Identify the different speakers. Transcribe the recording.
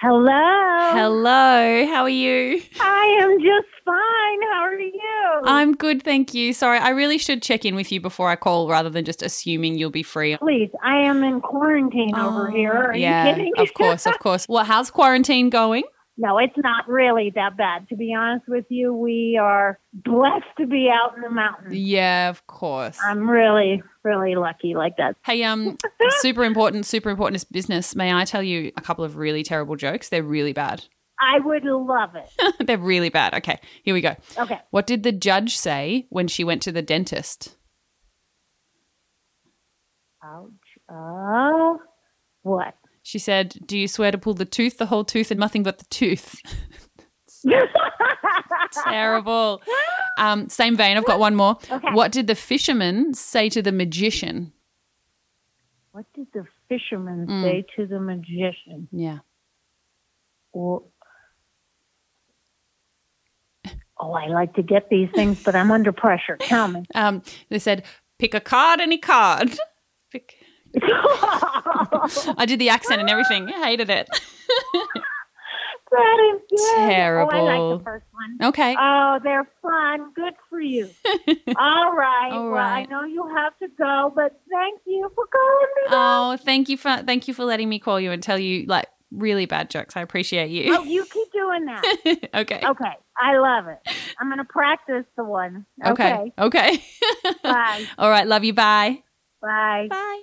Speaker 1: Hello.
Speaker 2: Hello, how are you?
Speaker 1: I am just fine. How are you?
Speaker 2: I'm good, thank you. Sorry, I really should check in with you before I call rather than just assuming you'll be free.
Speaker 1: Please, I am in quarantine over
Speaker 2: Oh,
Speaker 1: here. Are you
Speaker 2: yeah,
Speaker 1: kidding?
Speaker 2: of course, of course. Well, how's quarantine going?
Speaker 1: no, it's not really that bad. To be honest with you, we are blessed to be out in the mountains.
Speaker 2: Yeah, of course.
Speaker 1: I'm really, really lucky like that.
Speaker 2: Hey, um, super important, super important is business. May I tell you a couple of really terrible jokes? They're really bad.
Speaker 1: I would love it.
Speaker 2: They're really bad. Okay, here we go.
Speaker 1: Okay.
Speaker 2: What did the judge say when she went to the dentist?
Speaker 1: Ouch. Oh, what?
Speaker 2: She said, Do you swear to pull the tooth, the whole tooth, and nothing but the tooth? Terrible. Um, same vein, I've got one more.
Speaker 1: Okay.
Speaker 2: What did the fisherman say to the magician?
Speaker 1: What did the fisherman
Speaker 2: Mm.
Speaker 1: say to the magician?
Speaker 2: Yeah.
Speaker 1: Well, oh, I like to get these things, but I'm under pressure. Tell me.
Speaker 2: Um, they said, Pick a card, any card. Pick.
Speaker 1: that
Speaker 2: I did the accent and everything. I hated it.
Speaker 1: is good. Oh, I like
Speaker 2: Terrible.
Speaker 1: the first one.
Speaker 2: Okay.
Speaker 1: Oh, they're fun. Good for you. All right.
Speaker 2: All
Speaker 1: Well, I
Speaker 2: right.
Speaker 1: know you have to go, but thank you for calling me.
Speaker 2: Oh, thank you for thank you for letting me call you and tell you like really bad jokes. I appreciate
Speaker 1: Oh,
Speaker 2: you.
Speaker 1: you keep doing that.
Speaker 2: Oh. okay.
Speaker 1: Okay. I love it. I'm going to practice the one.
Speaker 2: Okay. Okay.
Speaker 1: Bye.
Speaker 2: All right. Love you. Bye.
Speaker 1: Bye.
Speaker 2: Bye.